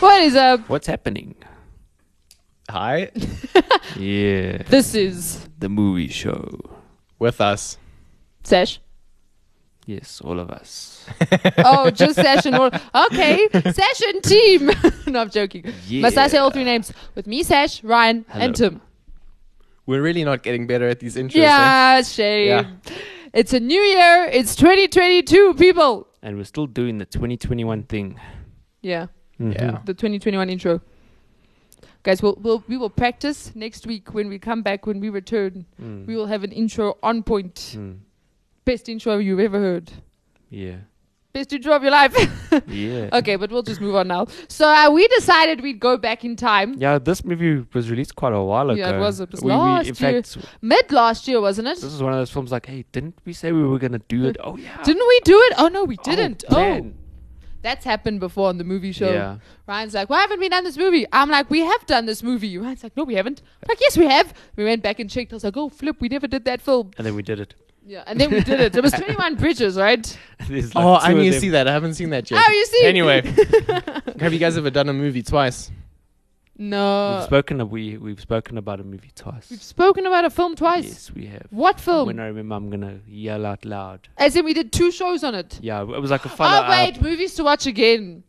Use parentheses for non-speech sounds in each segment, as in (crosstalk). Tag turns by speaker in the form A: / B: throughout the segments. A: What is up?
B: What's happening?
C: Hi,
B: Yeah,
A: This is
B: the movie show.
C: with us.
A: Sesh.
B: Yes, all of us.
A: Oh, just Sesh and all. Okay, Sesh and team. (laughs) no, I'm joking. Must I say all three names? With me, Sesh, Ryan, and
B: Hello.
A: Tim.
C: We're really not getting better at these intros. eh?
A: Yeah, shame. It's a new year. It's 2022, people.
B: And we're still doing the 2021 thing.
A: Yeah,
C: Yeah.
A: the 2021 intro. Guys, we'll, we'll, we will practice next week when we come back, when we return. We will have an intro on point.
B: Mm.
A: Best intro you've ever heard.
B: Yeah.
A: Best intro of your life. (laughs)
B: Yeah.
A: okay, but we'll just move on now. So uh, we decided we'd go back in time.
B: Yeah, this movie was released quite a while ago.
A: Yeah, it was. It was
B: in
A: last year.
B: fact,
A: Mid last year, wasn't it?
B: this is one of those films like, hey, didn't we say we were going to do it? Oh, yeah.
A: Didn't we do it? Oh no, we
B: Oh,
A: didn't. Oh,
B: man.
A: that's happened before on the movie show.
B: Yeah.
A: Ryan's like, why haven't we done this movie? I'm like, we have done this movie. Ryan's like, no, we haven't. I'm like, yes, we have. We went back and checked. I was like, oh flip, we never did that film.
B: And then we did it. (laughs)
A: Yeah, and then we did it. It was 21 Bridges, right?
B: There's like
C: Oh,
B: two
C: I
B: of
C: need to
B: them.
C: see that. I haven't seen that yet.
A: Oh, you see? (laughs)
C: Anyway, have you guys ever done a movie twice?
B: We've
A: no,
B: spoken, ab- we, we've spoken about a movie twice.
A: Uh, we've spoken about a film twice.
B: Yes, we have.
A: What film?
B: When I remember, I'm going to yell out loud.
A: As in, we did two shows on it.
B: Yeah, it was like a uh, follow
A: oh wait, movies to watch again.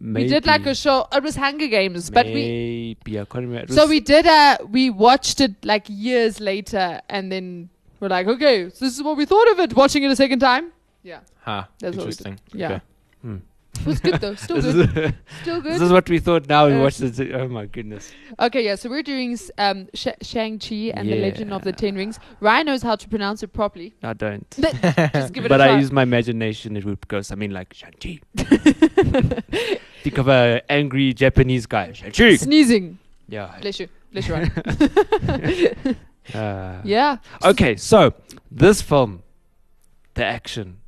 A: We did like a show. It was Hunger Games, but we
B: Maybe. I can't remember. It
A: So
B: was-
A: we did uh we watched it like years later and then we're like, okay, so this is what we thought of it, watching it a second time. Yeah.
C: Huh.
A: That's what we did.
C: interesting.
A: Yeah.
C: Okay.
A: It was good though. Still
B: (laughs) This
A: good.
B: is,
A: Still
B: this
A: good.
B: is what we thought. Now we
A: Uh,
B: watched it. Oh my goodness!
A: Okay, yeah, so we're doing s- um Sh- Shang-Chi and the Legend of the Ten Rings. Ryan knows how to pronounce it
B: (laughs)
A: properly.
B: I don't.
A: Just give it
B: But
A: a
B: I
A: try.
B: use my imagination. It would go something like
A: (laughs)
B: Shang-Chi. Think of a angry Japanese guy. Shang-Chi.
A: Sneezing.
B: Yeah.
A: Bless you. Bless you, Ryan.
B: (laughs) Uh,
A: yeah.
B: Okay, so this film, the action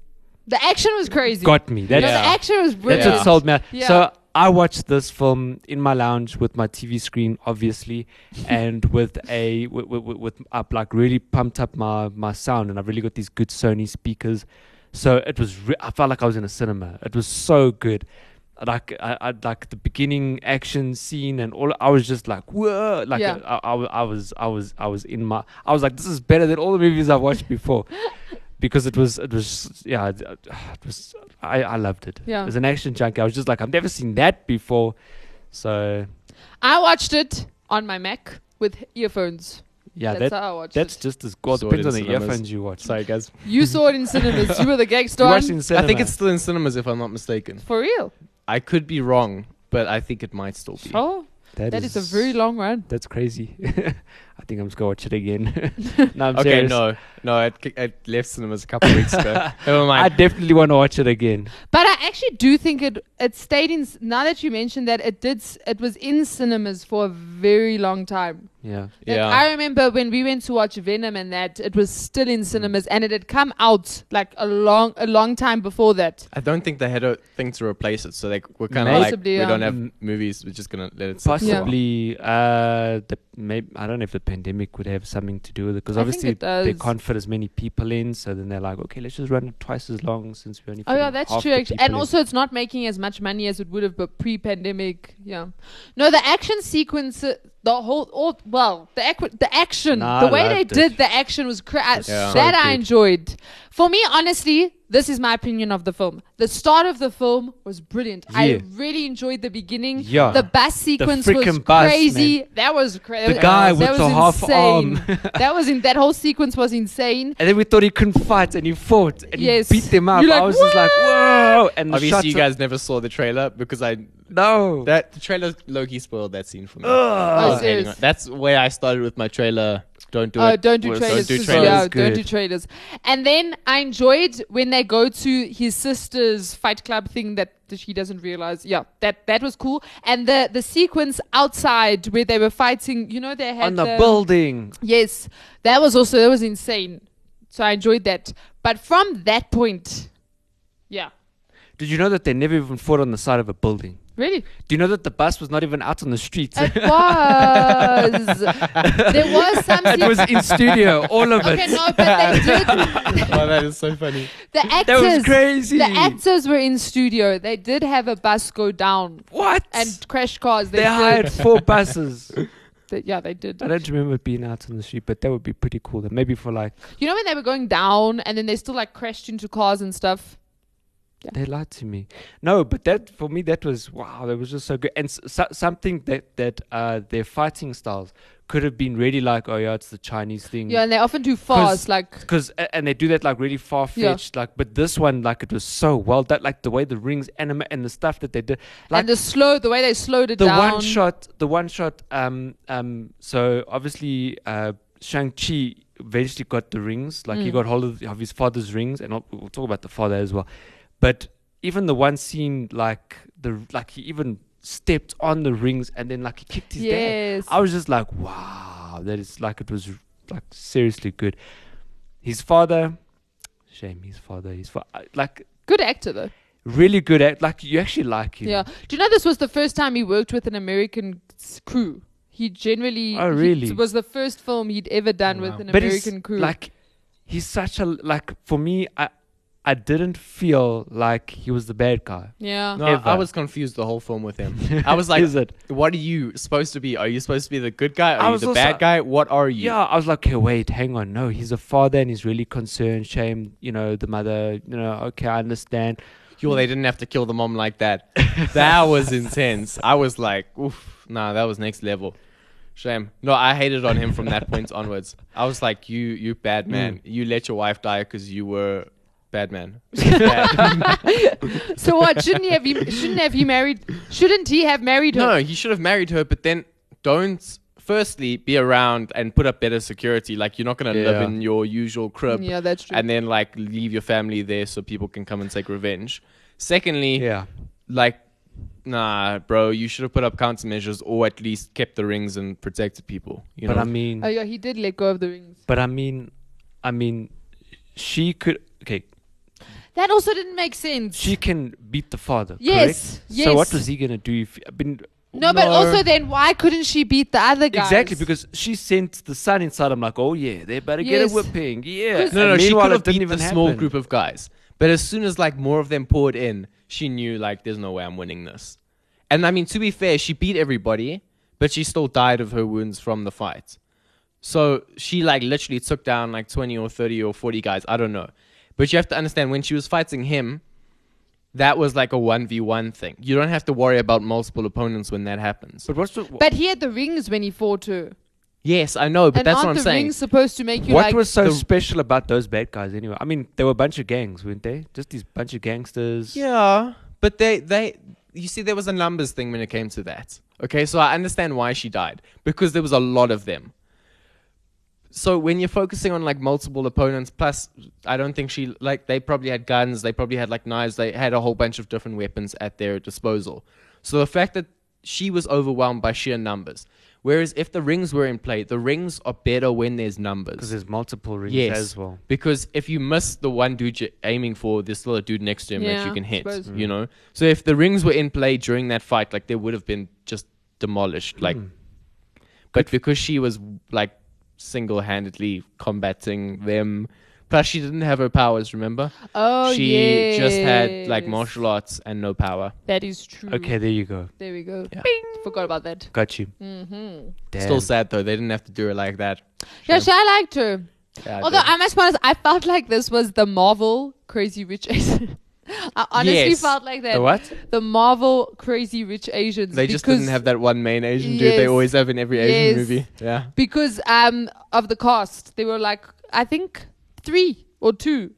A: The action was crazy.
B: got me.
A: No,
B: That's,
A: the action was
B: that's
A: brilliant.
B: what sold me. out.
A: Yeah.
B: So I watched this film in my lounge with my TV screen,
A: (laughs)
B: obviously, and with a with, with, with up like really pumped up my my sound, and I've really got these good Sony speakers. So it was. Re- I felt like I was in a cinema. It was so good. Like I, I like the beginning action scene and all. I was just like, whoa! Like
A: Yeah.
B: I, I, I was, I was, I was in my. I was like, this is better than all the movies I've watched before,
A: (laughs)
B: because it was, it was, yeah, it, it was. I, I loved it.
A: Yeah.
B: As an action junkie, I was just like, I've never seen that before. So
A: I watched it on my Mac with earphones.
B: yeah,
A: that's
B: that
A: how I watched it.
B: that's just as good.
C: Saw it
B: Depends
C: in
B: on the
C: cinemas.
B: earphones you watch.
C: Sorry, guys.
A: You saw it in cinemas. You were the gangster.
B: (laughs) You
A: on-
B: watched in cinema.
C: I think it's still in cinemas, if I'm not mistaken.
A: For real.
C: I could be wrong, but I think it might still be.
A: Oh, that is, a very long run.
B: That's crazy. (laughs) I think I'm just gonna watch it again. (laughs) no, I'm
C: okay,
B: serious. (laughs)
C: no, no, it, it left cinemas a couple weeks (laughs) ago. Never
B: I
C: mind.
B: definitely want to watch it again.
A: But I actually do think it it stayed in. s- Now that you mentioned that, it did. s- It was in cinemas for a very long time.
B: Yeah.
A: Like,
C: yeah,
A: I remember when we went to watch Venom and that it was still in cinemas and it had come out like a long a long time before that.
C: I don't think they had a thing to replace it, so they were kind of like,
A: Possibly,
C: we
A: yeah.
C: don't have
B: Mm.
C: movies. We're just gonna let it. sit for a while."
B: Possibly, uh, the maybe I don't know if the pandemic would have something to do with it because
A: I think
B: obviously
A: it
B: they
A: does.
B: can't fit as many people in, so then they're like, okay, let's just run it twice as long since we only.
A: Oh yeah,
B: fitting
A: that's
B: half
A: true.
B: the
A: Actually.
B: people
A: And
B: in.
A: also, it's not making as much money as it would have, but pre-pandemic. Yeah, no, the action sequence, uh, the whole, all, well, the ac- the action,
B: Nah,
A: the
B: I
A: way they
B: loved
A: did
B: it.
A: the action was cra- uh,
C: Yeah.
A: that
B: so
A: I
B: good.
A: enjoyed. For me, honestly, this is my opinion of the film. The start of the film was brilliant.
B: Yeah.
A: I really enjoyed the beginning.
B: Yeah.
A: the bus sequence was
B: freaking bus,
A: crazy. That was crazy.
B: The guy
A: that
B: with
A: was
B: the half
A: insane.
B: (laughs) arm.
A: that was in that whole sequence was insane.
B: And then we thought he couldn't fight, and he fought, and
A: Yes.
B: he beat them up.
A: You're like,
B: I was just like, whoa! And the shots
C: Obviously, you
B: are-
C: guys never saw the trailer because I
B: no,
C: that the trailer Loki spoiled that scene for me.
B: Ugh.
C: I was
A: Oh,
C: hating
A: serious?
C: on- That's where I started with my trailer Don't do
A: oh,
C: it.
A: don't do
C: Worse.
A: traders.
C: Don't do
B: This is
C: traders.
A: Yeah,
B: Uh, trailers.
A: don't do
B: Good.
A: traders. And then I enjoyed when they go to his sister's fight club thing that she doesn't realize. Yeah, that that was cool. And the the sequence outside where they were fighting, you know, they had
B: On the building.
A: Yes, that was also that was insane. So I enjoyed that. But from that point, yeah,
B: Did you know that they never even fought on the side of a building?
A: really,
B: Do you know that the bus was not even out on the
A: (laughs)
B: streets? (laughs)
A: it was. there was some.
B: it was in studio, all of
A: Okay,
B: it.
A: no, but they did.
C: (laughs) Oh, that is so
B: (laughs)
C: funny.
A: The actors.
B: was crazy.
A: The actors were in studio. They did have a bus go down
B: What?
A: and crash cars. They,
B: they
A: did.
B: hired
A: (laughs)
B: four buses.
A: They- yeah, they did.
B: I don't remember it being out on the street, but that would be pretty cool. Then maybe for like
A: You know when they were going down and then they still like crashed into cars and stuff.
B: they lied to me. No, but that for me that was wow. That was just so good, and s- so- something that that uh, their fighting styles could have been really like. Oh yeah, it's the Chinese thing.
A: Yeah, and they often do fast. Like
B: Because and they do that like really far fetched like but this one like it was so well that like the way the rings animate and the stuff that they did like
A: and the slow, the way they slowed it
B: the
A: down.
B: one shot the one shot um um so obviously uh shang-chi eventually got the rings like
A: Mm.
B: he got hold of, of his father's rings and I'll, we'll talk about the father as well but even the one scene like the like he even stepped on the rings and then like he kicked his
A: Yes.
B: dad i was just like wow that is like it was like seriously good his father shame his father his fa- like
A: Good actor though.
B: really good at like you actually like him
A: Yeah. Do you know this was the first time he worked with an American s- crew? He generally.
B: Oh,
A: he-
B: really? Oh,
A: it was the first film he'd ever done with
B: Wow.
A: an
B: But he's,
A: American crew.
B: Like he's such a like for me I I didn't feel like he was the bad guy.
A: yeah.
C: No,
B: Ever.
C: I was confused the whole film with him. I
B: (laughs)
C: was like,
B: Is it?
C: "What are you supposed to be? Are you supposed to be the good guy?
B: I
C: Are you
B: was
C: the
B: also-
C: bad guy? What are you?"
B: Yeah, I was like, okay, wait, hang on. No, he's a father and he's really concerned. Shame, you know, the mother, you know, okay, I understand.
C: Well, they didn't have to kill the mom like
B: (laughs)
C: that. that was intense. I was like, "Oof, nah, that was next level." Shame. No, I hated on him from
B: (laughs)
C: that point onwards. I was like, "You, you bad
B: Mm.
C: man. You let your wife die because you were bad man."
A: So what? Shouldn't he have? He, shouldn't have he married? Shouldn't he have married her?
C: No, he should have married her, but then don't firstly be around and put up better security. Like you're not gonna live
B: Yeah.
C: in your usual crib.
A: Yeah, that's true.
C: And then like leave your family there so people can come and take revenge. Secondly,
B: Yeah.
C: like nah, bro, you should have put up countermeasures or at least kept the rings and protected people. You
B: but
C: know,
B: I mean
A: Oh yeah, he did let go of the rings.
B: but I mean I mean she could okay,
A: That also didn't make sense.
B: she can beat the father.
A: Yes,
B: correct? So what
A: yes.
B: was he gonna do if I mean
A: no, but also then why couldn't she beat the other guy?
B: Exactly, because she sent the son inside. I'm like, oh yeah, they better get
A: Yes.
B: a whipping. Yeah.
A: Because-
C: no, no,
B: And
C: she
B: meanwhile,
C: could
B: it
C: have
B: didn't
C: beat
B: even
C: the small
B: happen.
C: group of guys. But as soon as like more of them poured in, she knew like there's no way I'm winning this. And I mean, to be fair, she beat everybody, but she still died of her wounds from the fight. So she like literally took down like 20 or 30 or 40 guys. I don't know. But you have to understand when she was fighting him, that was like a 1v1 thing. You don't have to worry about multiple opponents when that happens.
B: But what's the,
A: But he had the rings when he fought her.
C: Yes, I know, but
A: and
C: that's
A: aren't
C: what I'm
A: the
C: saying.
A: rings supposed to make you
B: what
A: like?
B: was so
C: the-
B: special about those bad guys anyway? I mean, they were a bunch of gangs, weren't they? Just these bunch of gangsters.
C: Yeah, but they they you see there was a numbers thing when it came to that. Okay, so I understand why she died because there was a lot of them. So when you're focusing on like multiple opponents, plus I don't think she like they probably had guns, they probably had like knives, they had a whole bunch of different weapons at their disposal. So the fact that she was overwhelmed by sheer numbers, whereas if the rings were in play, the rings are better when there's numbers.
B: Because there's multiple rings
C: Yes, Mm-hmm.
B: as well.
C: Because if you miss the one dude you're aiming for, there's still a dude next to him that
A: Yeah,
C: you can hit.
A: suppose.
B: Mm.
C: You know. So if the rings were in play during that fight, like they would have been just demolished. Like,
B: Hmm.
C: but because she was like single-handedly combating them, plus she didn't have her powers. Remember?
A: oh
C: she just had like
A: yes.
C: martial arts and no power.
A: That is true.
B: Okay, there you go.
A: There we go.
C: Yeah.
A: Bing. Forgot about that.
B: Got you. Mm-hmm. Damn.
C: Still sad though. They didn't have to do it like that.
A: Yeah, she, I liked her.
C: Yeah, I
A: Although
C: did.
A: I must be honest, I felt like this was the Marvel Crazy Rich Asian. (laughs) I honestly
C: Yes.
A: felt like that.
B: The what?
A: The Marvel Crazy Rich Asians.
C: they just didn't
A: because-
C: have that one main Asian dude they
A: Yes.
C: always have in every Asian
A: Yes.
C: movie. Yeah.
A: because um of the cast they were like i think three or two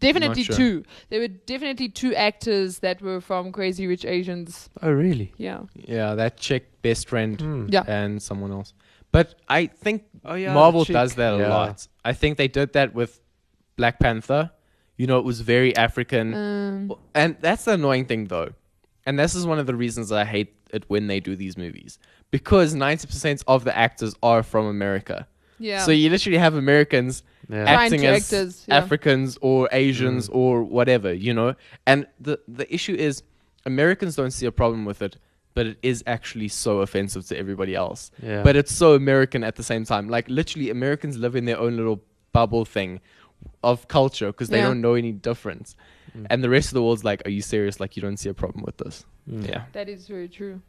A: definitely
C: sure.
A: two there were definitely two actors that were from crazy rich asians
B: Oh, really?
A: yeah
C: Yeah, that chick, best friend,
A: Yeah.
C: and someone else. But I think
B: Hmm. Oh, yeah,
C: Marvel
B: chick.
C: does that a
B: Yeah.
C: lot. I think they did that with Black Panther. You know, it was very African.
A: Mm. Um,
C: And that's the annoying thing, though. And this is one of the reasons I hate it when they do these movies because 90% of the actors are from America.
A: Yeah.
C: So you literally have Americans
B: Yeah.
A: Trying
C: acting
A: to
C: as
A: actors, yeah.
C: Africans or Asians or whatever, you know? And the, the issue is Americans don't see a problem with it, but it is actually so offensive to everybody else.
B: Yeah.
C: But it's so American at the same time. Like literally Americans live in their own little bubble thing of culture because they
A: Yeah.
C: don't know any difference. And the rest of the world's like, are you serious? Like you don't see a problem with this. Yeah.
A: That is very true.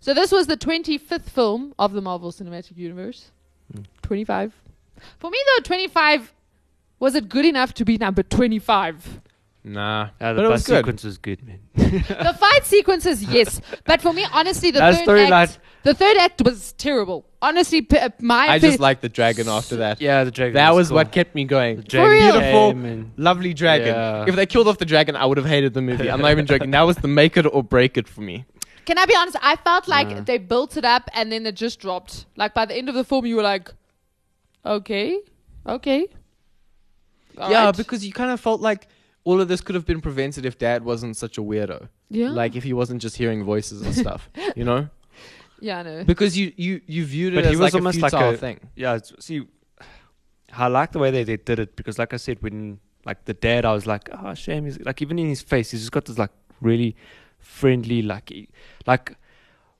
A: So this was the 25th film of the Marvel Cinematic Universe. 25. For me though, 25 was it good enough to be number 25?
C: Nah.
B: Yeah, Uh, the
C: but it was
B: bus
C: good.
B: sequence was good,
C: (laughs)
B: man.
A: the fight sequences, yes, but for me, honestly, the
B: That
A: third
B: storyline-
A: act, the third act was terrible. Honestly, p- uh, my
C: I
A: opi-
C: just like the dragon after that.
B: Yeah, the dragon.
C: That was
B: cool.
C: what kept me going.
B: dragon
A: real?
C: Beautiful,
B: came and-
C: lovely dragon.
B: Yeah.
C: If they killed off the dragon, I would have hated the movie. I'm not even joking. That was the make it or break it for me.
A: Can I be honest? I felt like
B: Yeah.
A: they built it up and then it just dropped. Like by the end of the film, you were like, okay, okay. All
C: yeah,
A: right.
C: because you kind of felt like all of this could have been prevented if Dad wasn't such a weirdo.
A: Yeah.
C: Like if he wasn't just hearing voices and
A: (laughs)
C: stuff, you know?
A: yeah, I know.
C: Because you you you viewed it
B: But
C: as
B: he was
C: like
B: almost
C: a
B: like
C: futile
B: a
C: thing.
B: Yeah, it's- see, I like the way they, they did it because, like I said, when like the dad, I was like, oh shame. He's, like even in his face, he's just got this like really friendly, like he- like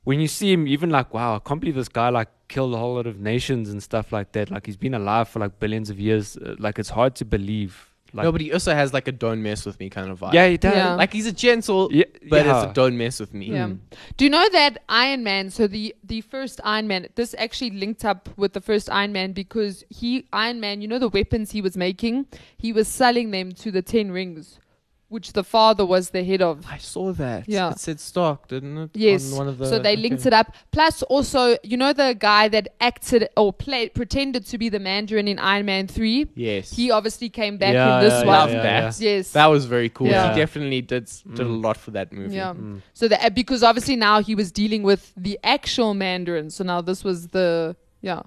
B: when you see him, even like wow, I can't believe this guy like killed a whole lot of nations and stuff like that. Like he's been alive for like billions of years. Uh, like it's hard to believe. Like
C: no, but he also has like a don't mess with me kind of vibe.
B: yeah, he does.
A: Yeah.
C: Like he's a gentle,
B: Yeah,
C: but it's
B: yeah.
C: a don't mess with me. Hmm.
A: Yeah. Do you know that Iron Man? So the the first Iron Man. This actually linked up with the first Iron Man because he Iron Man. You know the weapons he was making. He was selling them to the Ten Rings, which the father was the head of.
C: I saw that.
A: Yeah.
C: It said stock, didn't it?
A: Yes.
C: On one of the,
A: so they linked
C: okay.
A: it up. Plus, also, you know the guy that acted or played pretended to be the Mandarin in Iron Man Three.
C: Yes.
A: He obviously came back
B: Yeah,
A: in this
B: yeah,
A: one.
C: Love that.
A: Yes.
C: That was very cool.
A: Yeah. Mm.
C: He definitely did s- did a lot for that movie.
A: Yeah. So that uh, because obviously now he was dealing with the actual Mandarin. So now this was the yeah.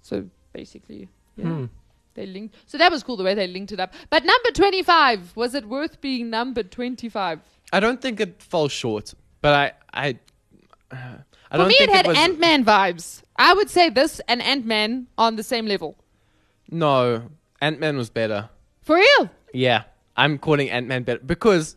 A: So basically, yeah.
C: Hmm.
A: They linked. So that was cool the way they linked it up. But number 25, was it worth being number 25?
C: I don't think it fell short, but I I I
A: For
C: don't
A: me, it
C: think
A: had
C: was,
A: Ant Man vibes. I would say this and Ant Man on the same level.
C: No, Ant Man was better.
A: For real?
C: Yeah, I'm calling Ant Man better because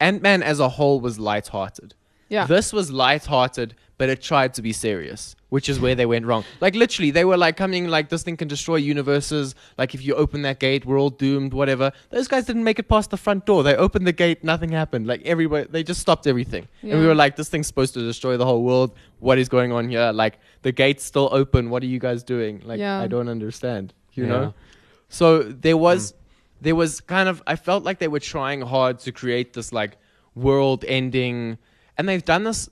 C: Ant Man as a whole was lighthearted.
A: Yeah.
C: This was lighthearted, but it tried to be serious, which is where they went wrong. Like literally, they were like coming like this thing can destroy universes. Like if you open that gate, we're all doomed. Whatever. Those guys didn't make it past the front door. They opened the gate, nothing happened. Like everybody, they just stopped everything, and we
A: Yeah.
C: were like, this thing's supposed to destroy the whole world. What is going on here? Like the gate's still open. What are you guys doing? Like
A: Yeah.
C: I don't understand. You
B: Yeah. Mm.
C: know. So there was there was kind of I felt like they were trying hard to create this like world ending and they've done this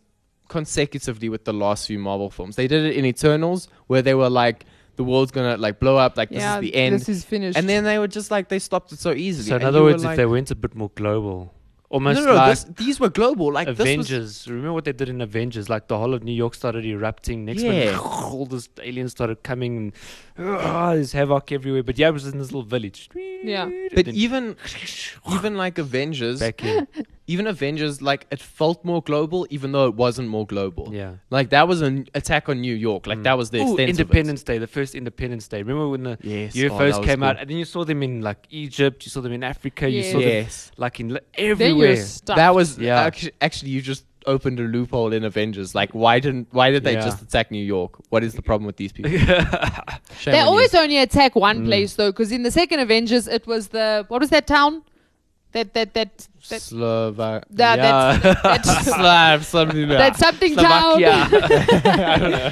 C: consecutively with the last few Marvel films. They did it in Eternals where they were like the world's gonna like blow up, like
A: Yeah,
C: this is the end.
A: this is finished.
C: And then they were just like they stopped it so easily.
B: so in
C: And
B: other
C: you were
B: words, if
C: like-
B: they went a bit more global,
C: no,
B: almost
C: no, no,
B: like
C: this, these were global. Like this was,
B: Avengers. Remember what they did in Avengers? Like the whole of New York started erupting. Next minute,
C: Yeah.
B: (laughs) all this aliens started coming. And, ah, there's havoc everywhere. But yeah, it was in this little village.
A: Yeah.
C: but
B: Then
C: even even like Avengers,
B: back (laughs) in.
C: even Avengers, like it felt more global, even though it wasn't more global.
B: Yeah. Mm.
C: like that was an attack on New York. Like that was the
B: Ooh,
C: extent.
B: Independence Day, the first Independence Day. Remember when the
C: Yes. Oh,
B: UFOs
C: that was
B: came out,
C: cool.
B: and then you saw them in like Egypt, you saw them in Africa, you saw
C: Yes.
B: them like in li-
A: Then you're
B: everywhere.
C: Of
A: stuck.
C: it. That was
B: Yeah.
C: yeah. Actually, you just opened a loophole in Avengers. Like why didn't why did they
B: Yeah.
C: just attack New York? What is the problem with
B: (laughs)
C: these people? Shame
A: They
C: on you.
A: always only attack
C: Mm.
A: one place though, because in the second Avengers, it was the what was that town? That that that that,
C: Slovak. (laughs)
A: that,
B: Yeah.
A: (laughs) that, that,
C: Slav
B: (laughs)
C: something.
A: that something town.
B: Slovakia.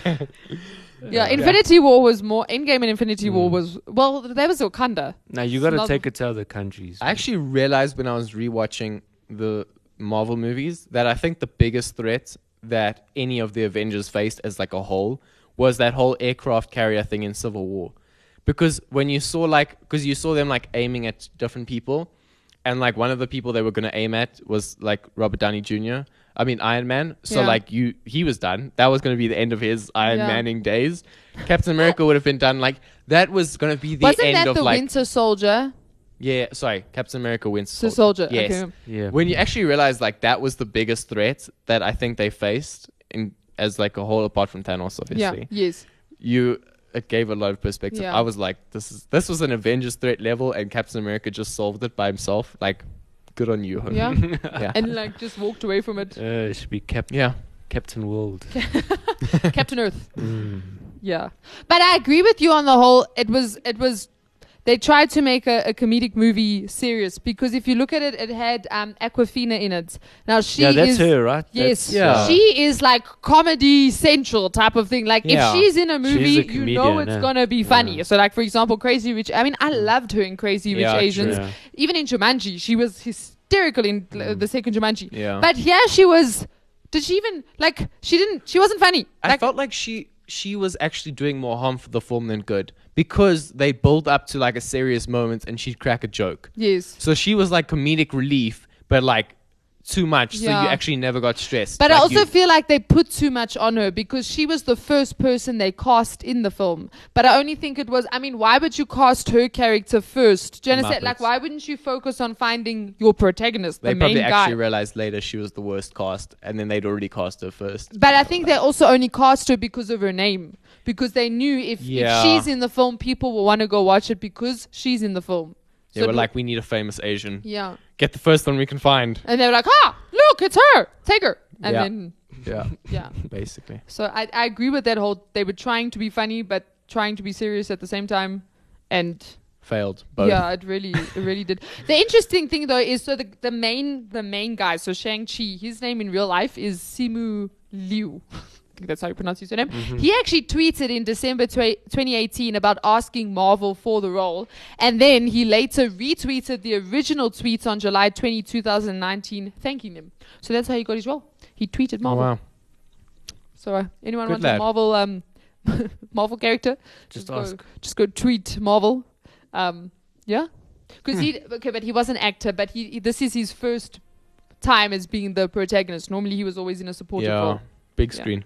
A: Yeah, Infinity War was more. Endgame and Infinity War was well. There was Wakanda.
B: (laughs) now you got to
A: Slov-
B: take it to other countries.
C: I actually realized when I was rewatching the Marvel movies that I think the biggest threat that any of the Avengers faced as like a whole was that whole aircraft carrier thing in Civil War. Because when you saw like because you saw them like aiming at different people and like one of the people they were going to aim at was like Robert Downey Jr. I mean Iron Man. So
A: Yeah.
C: like you, he was done. That was going to be the end of his Iron
A: Yeah.
C: Manning days. Captain America would have been done. Like that was going to be the
A: Wasn't
C: end
A: that
C: of
A: the
C: like
A: Winter Soldier?
C: yeah. Sorry, Captain America wins.
A: So Soldier,
C: Yes.
A: okay.
B: Yeah.
C: When you actually realize like that was the biggest threat that I think they faced in as like a whole apart from Thanos, obviously.
A: Yeah. Yes.
C: You it gave a lot of perspective.
A: Yeah.
C: I was like, this is this was an Avengers threat level, and Captain America just solved it by himself. Like, good on you, homie.
A: Yeah.
C: (laughs) yeah.
A: and like just walked away from it.
B: Uh, it should be Cap-
C: yeah.
B: Captain World.
A: (laughs) Captain Earth. Yeah, but I agree with you on the whole. It was it was they tried to make a, a comedic movie serious because if you look at it, it had um, Aquafina in it. Now she
B: yeah, that's uh,
A: is.
B: her, right?
A: Yes,
C: Yeah.
A: she is like comedy central type of thing. Like
C: Yeah.
A: if she's in a
B: She's a
A: movie, you know
B: comedian,
A: it's
B: yeah. Mm.
A: gonna be funny. So like for example, Crazy Rich. I mean, I loved her in Crazy Rich
C: Yeah, true.
A: Asians.
B: Yeah.
A: Even in Jumanji, she was hysterical in uh,
B: Mm.
A: the second Jumanji.
C: Yeah.
A: But yeah, she was. Did she even like? She didn't. She wasn't funny.
C: I
A: Like,
C: felt like she she was actually doing more harm for the film than good because they build up to like a serious moment and she'd crack a joke.
A: yes.
C: So she was like comedic relief, but like too much, so
A: Yeah.
C: you actually never got stressed.
A: But I
C: Like,
A: also
C: you-
A: feel like they put too much on her because she was the first person they cast in the film. But I only think it was, I mean, why would you cast her character first? Do you understand? Like,
C: Muppets.
A: why wouldn't you focus on finding your protagonist,
C: they
A: the main
C: probably
A: guy?
C: actually realized later she was the worst cast, and then they'd already cast her first.
A: but I think they also only cast her because of her name. Because they knew if,
C: Yeah.
A: if she's in the film, people will want to go watch it because she's in the film.
C: They
A: So
C: were
A: it-
C: like, "We need a famous Asian.
A: yeah.
C: Get the first one we can find."
A: And they were like, ah, look, it's her. Take her. And
C: Yeah.
A: then,
C: Yeah,
A: yeah.
C: (laughs) basically.
A: So I, I agree with that whole they were trying to be funny but trying to be serious at the same time. And
C: Failed both.
A: yeah, it really it really did. The interesting thing though is so the the main the main guy, so Shang Chi, his name in real life is Simu Liu. (laughs) I think that's how you pronounce his name. He actually tweeted in December tw- 2018 about asking Marvel for the role, and then he later retweeted the original tweet on July 20, 2019, thanking him. So that's how he got his role. He tweeted
C: Oh
A: Marvel.
C: wow.
A: So uh, anyone
C: Good
A: wants
C: lad.
A: a Marvel um (laughs) Marvel character?
B: Just
A: go,
B: ask.
A: Just go tweet Marvel. Um, yeah, because he
C: Hmm.
A: okay, but he was an actor, but he, he- this is his first time as being the protagonist. Normally, he was always in a supporting
C: Yeah,
A: role.
C: big
A: Yeah.
C: screen.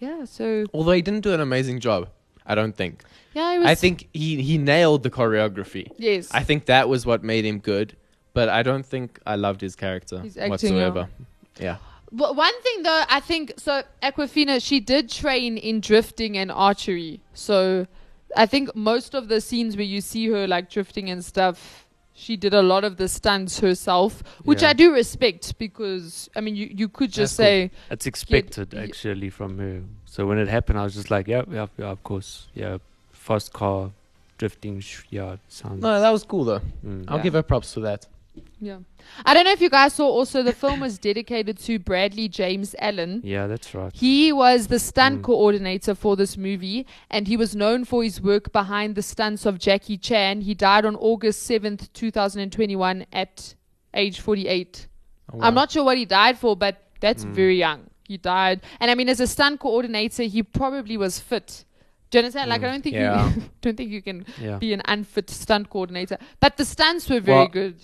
A: Yeah. So
C: Although he didn't do an amazing job, I don't think.
A: yeah, it was,
C: I think he he nailed the choreography.
A: yes.
C: I think that was what made him good, but I don't think I loved his character
A: His acting,
C: whatsoever. Yeah.
A: But one thing though, I think so. Aquafina, she did train in drifting and archery, so I think most of the scenes where you see her like drifting and stuff, she did a lot of the stunts herself, which
B: Yeah.
A: I do respect because I mean, you you could just
B: That's cool.
A: say
B: It's expected
A: y-
B: actually from her. So when it happened, I was just like, yeah, yeah, yeah of course, yeah, fast car, drifting, sh- yeah, sounds.
C: No, that was cool though.
B: Mm.
C: I'll
A: Yeah.
C: give her props for that.
A: yeah. I don't know if you guys saw. Also, the film was dedicated to Bradley James Allen.
B: Yeah, that's right.
A: He was the stunt
B: Mm.
A: coordinator for this movie, and he was known for his work behind the stunts of Jackie Chan. He died on August 7th, 2021, at age 48.
B: Oh,
A: I'm not sure what he died for, but that's
B: Mm.
A: very young. He died. And I mean, as a stunt coordinator, he probably was fit. Do you understand? Like, I don't think
C: Yeah.
A: you (laughs) don't think you can
B: Mm. Yeah.
A: be an unfit stunt coordinator. But the stunts were very
B: Well,
A: good.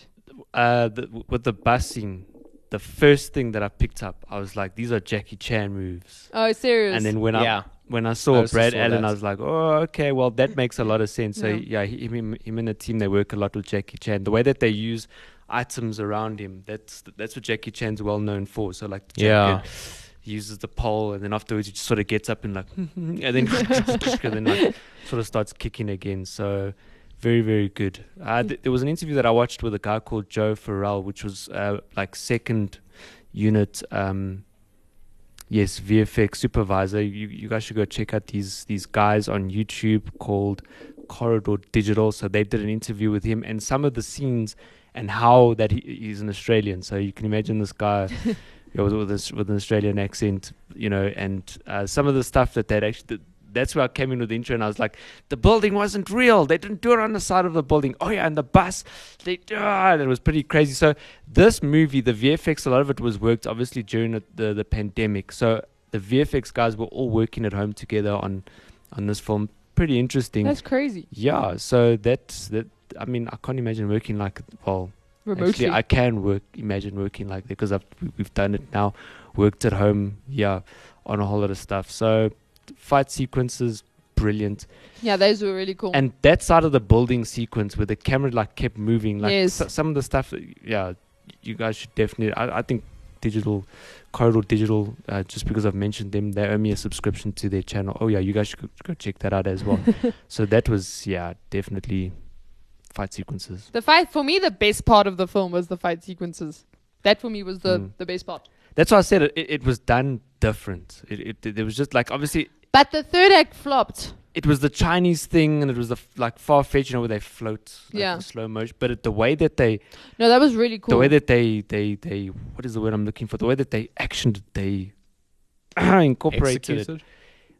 B: uh, the, w- with the busing, the first thing that I picked up, I was like, these are Jackie Chan moves.
A: Oh, serious.
B: And then when
C: Yeah.
B: I when I
C: I
B: saw
C: also
B: Brad
C: saw
B: Allen,
C: that.
B: I was like, oh, okay, well that makes a lot of sense. So
A: Yeah.
B: yeah, he- him, him and the team they work a lot with Jackie Chan. The way that they use items around him, that's that's what Jackie Chan's well known for. So like, the
C: Yeah.
B: jacket, he uses the pole, and then afterwards he just sort of gets up and like, (laughs) and then and then like sort of starts kicking again. So. Very, very good. Uh, th- there was an interview that I watched with a guy called Joe Farrell, which was uh, like second unit, um, yes, VFX supervisor. You, you guys should go check out these these guys on YouTube called Corridor Digital. So they did an interview with him and some of the scenes and how that he, he's an Australian. So you can imagine this guy. you know, with, with, this, with an Australian accent, you know, and uh, some of the stuff that they'd actually, that- that's where I came in with the intro and I was like, the building wasn't real. They didn't do it on the side of the building. Oh yeah, and the bus, they ah, it was pretty crazy. So this movie, the VFX, a lot of it was worked obviously during the the, the pandemic. So the VFX guys were all working at home together on on this film. Pretty interesting.
A: That's crazy.
B: yeah. So that's that. I mean, I can't imagine working like well.
A: remotely.
B: Actually, I can work. Imagine working like that because I've we- we've done it now. Worked at home, yeah, on a whole lot of stuff. So fight sequences, brilliant.
A: yeah, those were really cool.
B: And that side of the building sequence where the camera like kept moving, like
A: Yes.
B: s- some of the stuff. that- Yeah, you guys should definitely. I, I think digital corridor digital uh, just because i've mentioned them they owe me a subscription to their channel oh yeah you guys should go- go check that out as well so that was yeah definitely fight sequences
A: the fight for me, the best part of the film was the fight sequences. That for me was the
B: Mm.
A: the best part.
B: That's why I said it, it, it was done different. It, it, it was just like obviously
A: But the third act flopped.
B: it was the Chinese thing and it was the f- like far fetched, you know, where they float, like,
A: Yeah.
B: in slow motion. But it, the way that they,
A: No, that was really cool.
B: the way that they, they, they, what is the word I'm looking for? The way that they actioned, it, they (clears throat) incorporated it.
C: Executed.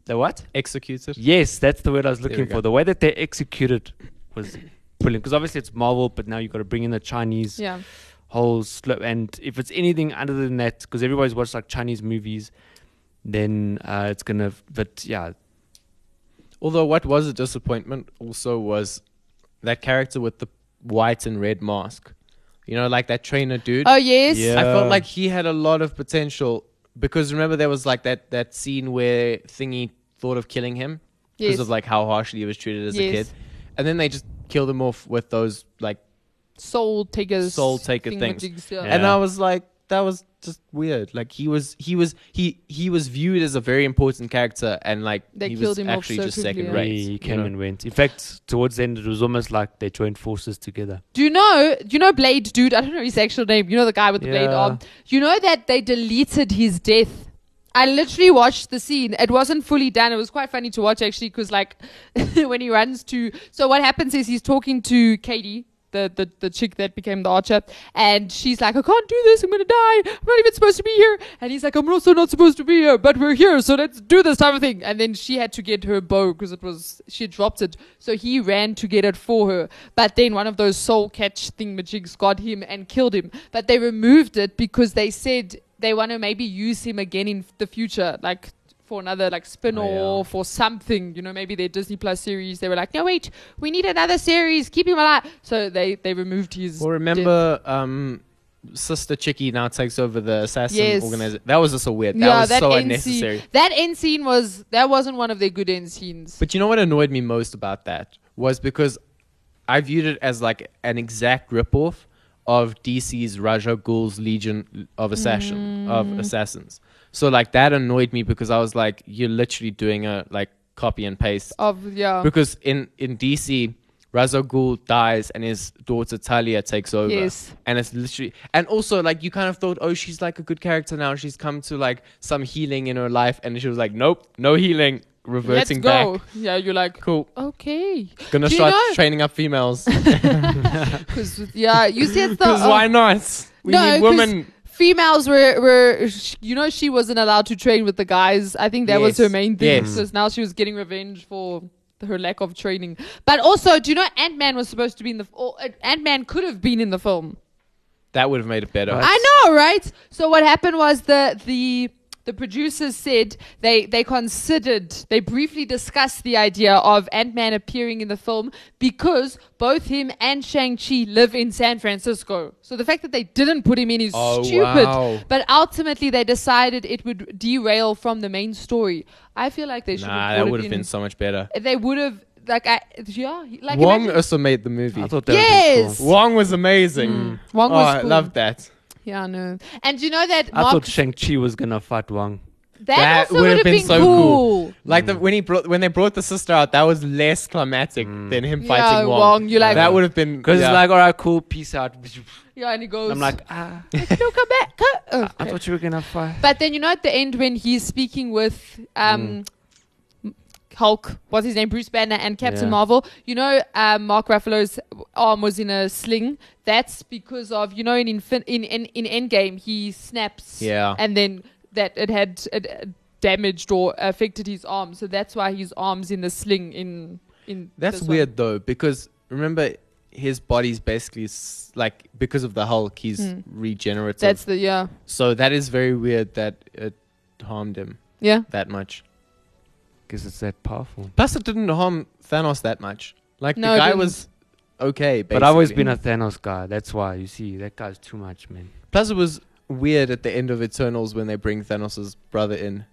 B: The what?
C: Executed.
B: Yes, that's the word I was
C: we
B: looking
C: go.
B: for. The way that they executed was brilliant because obviously it's Marvel, but now you've got to bring in the Chinese
A: yeah,
B: whole slow and if it's anything other than that because everybody's watched like chinese movies then uh, it's gonna but yeah
C: Although what was a disappointment also was that character with the white and red mask. You know, like that trainer dude.
A: Oh, yes.
B: Yeah.
C: I felt like he had a lot of potential because remember there was like that that scene where Thingy thought of killing him because
A: Yes.
C: of like how harshly he was treated as a
A: Yes.
C: kid, and then they just killed him off with those like
A: soul takers,
C: soul taker things.
A: thingamajigs, yeah.
C: And
B: Yeah.
C: I was like, that was just weird. Like he was, he was, he he was viewed as a very important character, and like
A: They
C: he
A: killed
C: was
A: him off
C: actually
A: so
C: just
A: quickly,
C: second
A: yeah.
C: rate.
B: he
C: you
B: came
C: know?
B: and went in fact towards the end it was almost like they joined forces together
A: Do you know? Do you know Blade, dude? I don't know his actual name. You know the guy with the blade
B: Yeah.
A: arm. You know that they deleted his death. I literally watched the scene. It wasn't fully done. It was quite funny to watch actually, because like (laughs) when he runs to. So what happens is he's talking to Katie. The, the, the chick that became the archer and she's like I can't do this I'm gonna die I'm not even supposed to be here and he's like I'm also not supposed to be here but we're here so let's do this type of thing and then she had to get her bow because it was she had dropped it so he ran to get it for her but then one of those soul catch thingamajigs got him and killed him but they removed it because they said they want to maybe use him again in the future, like for another like spin-off
C: Oh,
A: or something. You know, maybe their Disney Plus series. They were like, no, wait, we need another series. Keep him alive. So they they removed his.
C: Well,
A: death.
C: remember, um, Sister Chicky now takes over the assassin
A: Yes.
C: organization. That was just so weird. That
A: yeah,
C: was
A: that
C: so
A: end
C: unnecessary.
A: scene. That end scene was that wasn't one of their good end scenes.
C: But you know what annoyed me most about that was because I viewed it as like an exact ripoff of DC's Raja Ghul's Legion of Assassin
A: Mm.
C: of Assassins. So like that annoyed me because I was like, you're literally doing a like copy and paste
A: of yeah,
C: because in in DC, Raza Ghul dies and his daughter Talia takes over.
A: Yes.
C: And it's literally and also like you kind of thought, oh, she's like a good character now. She's come to like some healing in her life, and she was like, nope, no healing,
A: let's
C: reverting
A: go.
C: back.
A: Yeah, you're like.
C: Cool.
A: Okay,
C: Gonna
A: Do you
C: start
A: know-
C: training up females.
A: 'Cause, yeah, you said the
C: Because
A: oh,
C: why not? We need
A: 'cause
C: women.
A: Females were were sh- you know she wasn't allowed to train with the guys. I think that was
C: Yes.
A: her main thing.
C: Yes.
A: Because now she was getting revenge for her lack of training. But also, do you know Ant Man was supposed to be in the Ant Man could have been in the film.
C: That would have made it better.
A: I know, right? So what happened was the the the producers said they they considered they briefly discussed the idea of Ant Man appearing in the film because both him and Shang Chi live in San Francisco. So the fact that they didn't put him in is
C: Oh,
A: stupid.
C: wow.
A: But ultimately, they decided it would derail from the main story. I feel like they should.
C: Nah,
A: have
C: that
A: brought it
C: would have
A: in.
C: been so much better.
A: They would have like I yeah like
C: Wong
A: imagine-
C: also made the movie.
B: i thought that was
A: Yes. Mm.
B: cool.
C: Wong was amazing.
A: Wong
C: oh,
A: was
C: I
A: cool.
C: loved that.
A: yeah no and you know that
B: i
A: Mark
B: thought shang-chi was gonna fight wang
A: that, also would have been, cool.
C: Like the when he brought when they brought the sister out, that was less climatic than him
A: yeah,
C: fighting Wong.
A: Wong, you're like,
C: That would have been
B: because
C: yeah.
B: it's like all right cool peace out
A: yeah, and he goes,
B: i'm like ah
A: no, come back. Come. Oh,
B: i
A: okay.
B: thought you were gonna fight
A: But then you know at the end when he's speaking with um, Hulk, what's his name, Bruce Banner and Captain
B: Yeah.
A: Marvel. You know, um, Mark Ruffalo's arm was in a sling. That's because of you know in infin- in, in in Endgame he snaps.
C: Yeah.
A: and then that it had. It, uh, damaged or affected his arm so that's why his arms in the sling in in
C: that's
A: this one.
C: weird though because remember his body's basically s- like because of the Hulk, he's regenerative.
A: Hmm. that's the yeah
C: so that is very weird that it harmed him
A: yeah
C: that much.
B: because it's that powerful
C: Plus, it didn't harm Thanos that much. Like
A: No, it
C: the guy
A: didn't.
C: was okay. Basically.
B: But I've always been a Thanos guy. That's why you see that guy's too much, man.
C: Plus, it was weird at the end of Eternals when they bring Thanos' brother in.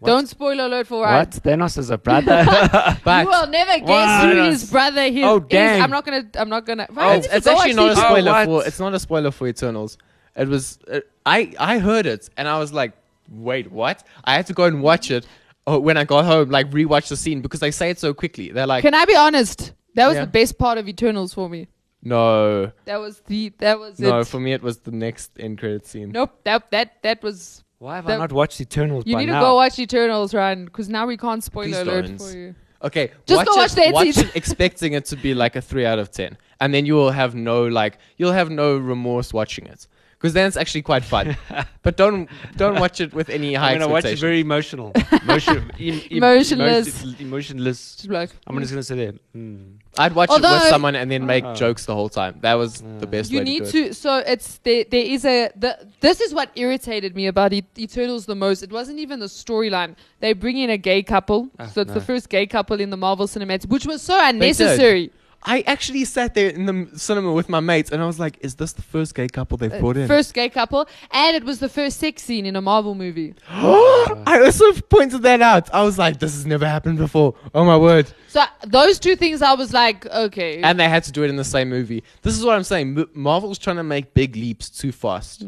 B: What?
A: Don't spoil alert for
B: What?
A: us.
B: Thanos is a brother.
C: (laughs) But
A: you will never guess
B: Wow.
A: who his brother is.
B: Oh,
A: Is.
B: dang.
A: I'm not gonna. I'm not gonna. Why
C: Oh,
A: did
C: it's,
A: you
C: it's
A: go
C: actually not a
A: actually-
B: Oh,
C: spoiler
B: what?
C: for it's not a spoiler for Eternals. It was uh, I I heard it and I was like, wait, what? I had to go and watch it uh, when I got home, like rewatch the scene because they say it so quickly. They're like,
A: Can I be honest? That was
C: Yeah.
A: the best part of Eternals for me.
C: no,
A: That was the. That was
C: no.
A: it.
C: For me, it was the next end credit scene.
A: nope. That that that was.
B: why have I
A: That-
B: not watched Eternals
A: You
B: by
A: need
B: now?
A: to go watch Eternals, Ryan, because now we can't spoiler
C: Please
A: alert
C: don't.
A: for you.
C: Okay,
A: Just go watch the end
C: it, watch
A: scene.
C: it expecting it to be like a three out of ten, and then you will have no like you'll have no remorse watching it because then it's actually quite
A: (laughs)
C: fun. but don't don't watch it with any high
B: (laughs) I'm gonna watch it
C: expectations.
B: very emotional, Emotion, em- em-
A: Emotionless.
B: emotion- emotionless.
A: Just be like.
B: I'm just gonna say that. Mm.
C: I'd watch it
A: Although- Mm.
C: with someone and then make
B: Oh.
C: jokes the whole time. That was the best
A: You
C: way
A: need
C: to do it.
A: to. So it's there. There is a. The, this is what irritated me about e- Eternals the most. It wasn't even the storyline. They bring in a gay couple,
C: Ah,
A: so it's the
B: no.
A: first gay couple in the Marvel Cinematic, which was so unnecessary.
C: I actually sat there in the m- cinema with my mates and I was like, is this the first gay couple they've brought in?
A: Uh, First gay couple, and it was the first sex scene in a Marvel movie.
C: (gasps) I also pointed that out. I was like, this has never happened before. Oh my word.
A: So those two things, I was like, okay.
C: And they had to do it in the same movie. This is what I'm saying. M- Marvel's trying to make big leaps too fast.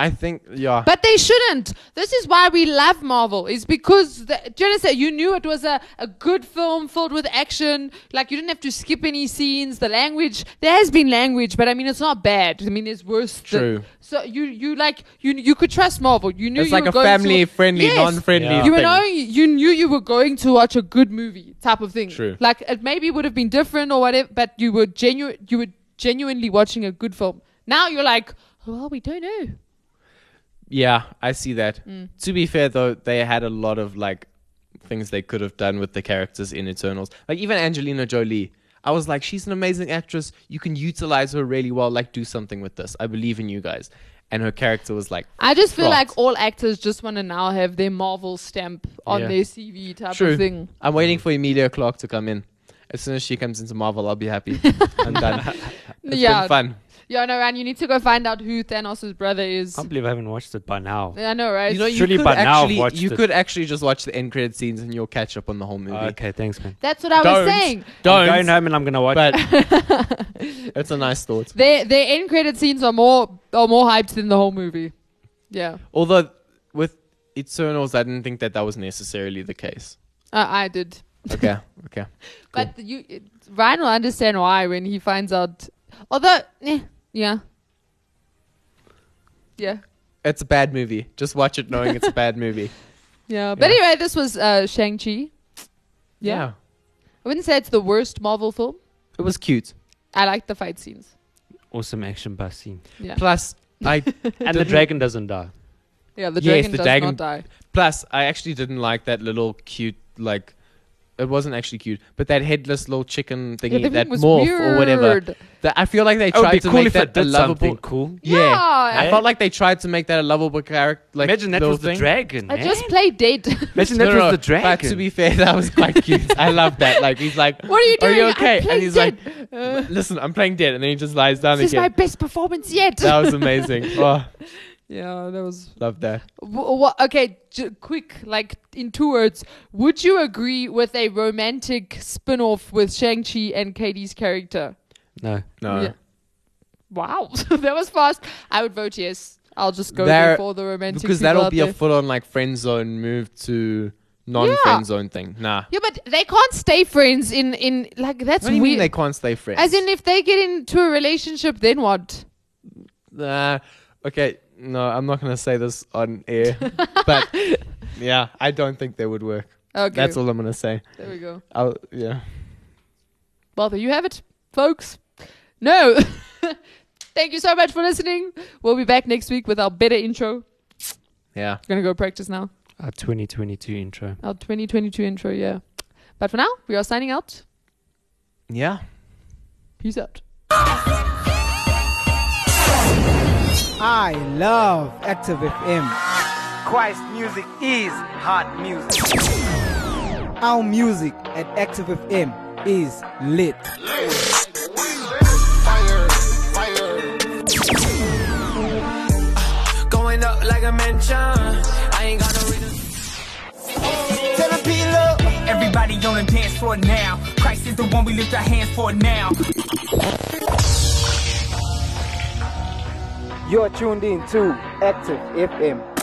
C: I think, yeah.
A: Mm. but they shouldn't. This is why we love Marvel. Is because the, Genesis, you knew it was a, a good film filled with action. Like you didn't have to skip any scenes. The language there has been language, but I mean it's not bad. I mean there's worse. than-
C: True.
A: so you you like you you could trust Marvel. You knew
C: it's
A: you
C: like
A: were
C: a
A: going to-
C: family friendly,
A: Yes.
C: non friendly.
B: Yeah.
A: you were knowing you knew you were going to watch a good movie type of thing.
C: True.
A: Like it maybe would have been different or whatever, but you were genuine. You were genuinely watching a good film. Now you're like, well, we don't know.
C: Yeah, I see that.
A: Mm.
C: To be fair, though, they had a lot of like things they could have done with the characters in Eternals. Like even Angelina Jolie, I was like, she's an amazing actress. You can utilize her really well. Like, do something with this. I believe in you guys. And her character was like,
A: I just feel
C: Right.
A: like all actors just want to now have their Marvel stamp on
B: Yeah.
A: their CV type
C: true.
A: of thing.
C: I'm waiting for Emilia Clarke to come in. As soon as she comes into Marvel, I'll
A: (laughs)
C: be happy. I'm done. It's
A: yeah,
C: been fun.
A: yeah, no, Ryan, you need to go find out who Thanos' brother is.
B: I can't believe I haven't watched it by now.
A: I know, right?
C: Um, You know, you
B: Surely
C: could
B: by now I've
C: actually,
B: watched
C: you
B: it.
C: could actually just watch the end credit scenes and you'll catch up on the whole movie.
B: Uh, Okay, thanks, man.
A: That's what I was saying.
C: Don't.
B: I'm going home and I'm gonna watch.
C: But it's a nice thought.
A: Their their end credit scenes are more are more hyped than the whole movie. Yeah,
C: Although with Eternals, I didn't think that that was necessarily the case.
A: (laughs) I, I did.
C: Okay, okay.
A: But you, it- Ryan will understand why when he finds out. Although, eh, yeah, yeah,
C: It's a bad movie. Just watch it knowing it's a bad movie.
A: yeah. But
C: Yeah.
A: anyway, this was uh, Shang Chi. (laughs) Yeah. I wouldn't say it's the worst Marvel film.
C: It was cute.
A: I like the fight scenes.
B: awesome action bus scene.
A: Yeah,
C: Plus, I
B: And the
C: Didn't-
B: dragon doesn't die.
A: yeah. The
C: Yes,
A: dragon
C: the
A: does
C: dragon-
A: not die.
C: plus I actually didn't like that little cute like it wasn't actually cute, but that headless little chicken thingy,
A: the
C: that
A: thing was
C: morph or whatever.
A: weird.
C: That I feel like they
B: It would
C: tried
B: Oh, be
C: to
B: cool
C: make
B: if
C: that
B: it
C: a
B: did something
C: lovable.
B: cool.
C: Yeah,
A: Yeah.
C: I felt like they tried to make that a lovable character. Like,
B: Imagine that
C: little
B: was the
C: thing.
B: dragon.
A: I
B: man.
A: just play dead. (laughs)
B: Imagine that was the dragon.
C: But to be fair, that was quite cute. (laughs) I love that. Like he's like,
A: What are you doing?
C: Are you
A: I
C: okay?
A: played
C: And he's
A: dead.
C: (laughs) like, listen, I'm playing dead, and then he just lies down
A: this is my
C: again.
A: best performance yet.
C: (laughs) that was amazing. Oh,
A: (laughs) yeah, that was
C: love that.
A: W- wha- okay, j- quick, like in two words, would you agree with a romantic spin off with Shang-Chi and Katie's character?
B: no.
C: No,
A: Yeah. Wow, (laughs) that was fast. I would vote yes. I'll just go
C: There-
A: there for the romantic
C: because
A: people
C: that'll
A: out
C: be a
A: there.
C: full-on like friend zone move to non-friend zone thing. Nah.
A: yeah, but they can't stay friends in in like that's
C: What do you mean
A: weird.
C: they can't stay friends?
A: As in, if they get into a relationship, then what?
C: nah. Okay, no, I'm not gonna say this on
A: (laughs)
C: air, but yeah, I don't think they would work.
A: Okay,
C: That's all I'm gonna say.
A: there we go.
C: I'll, yeah.
A: Well, there you have it, folks. No. (laughs) Thank you so much for listening. We'll be back next week with our better intro.
C: Yeah.
A: Gonna go practice now.
B: Our 2022 intro.
A: Our 2022 intro, yeah. But for now, we are signing out.
C: Yeah.
A: Peace out.
D: I love Active FM.
E: Christ music is hot music.
D: Our music at Active FM is lit. to mention. I ain't got no reason. Tell them peel up. Everybody on the dance floor now. Christ is the one we lift our hands for now.
F: You're tuned in to Active FM.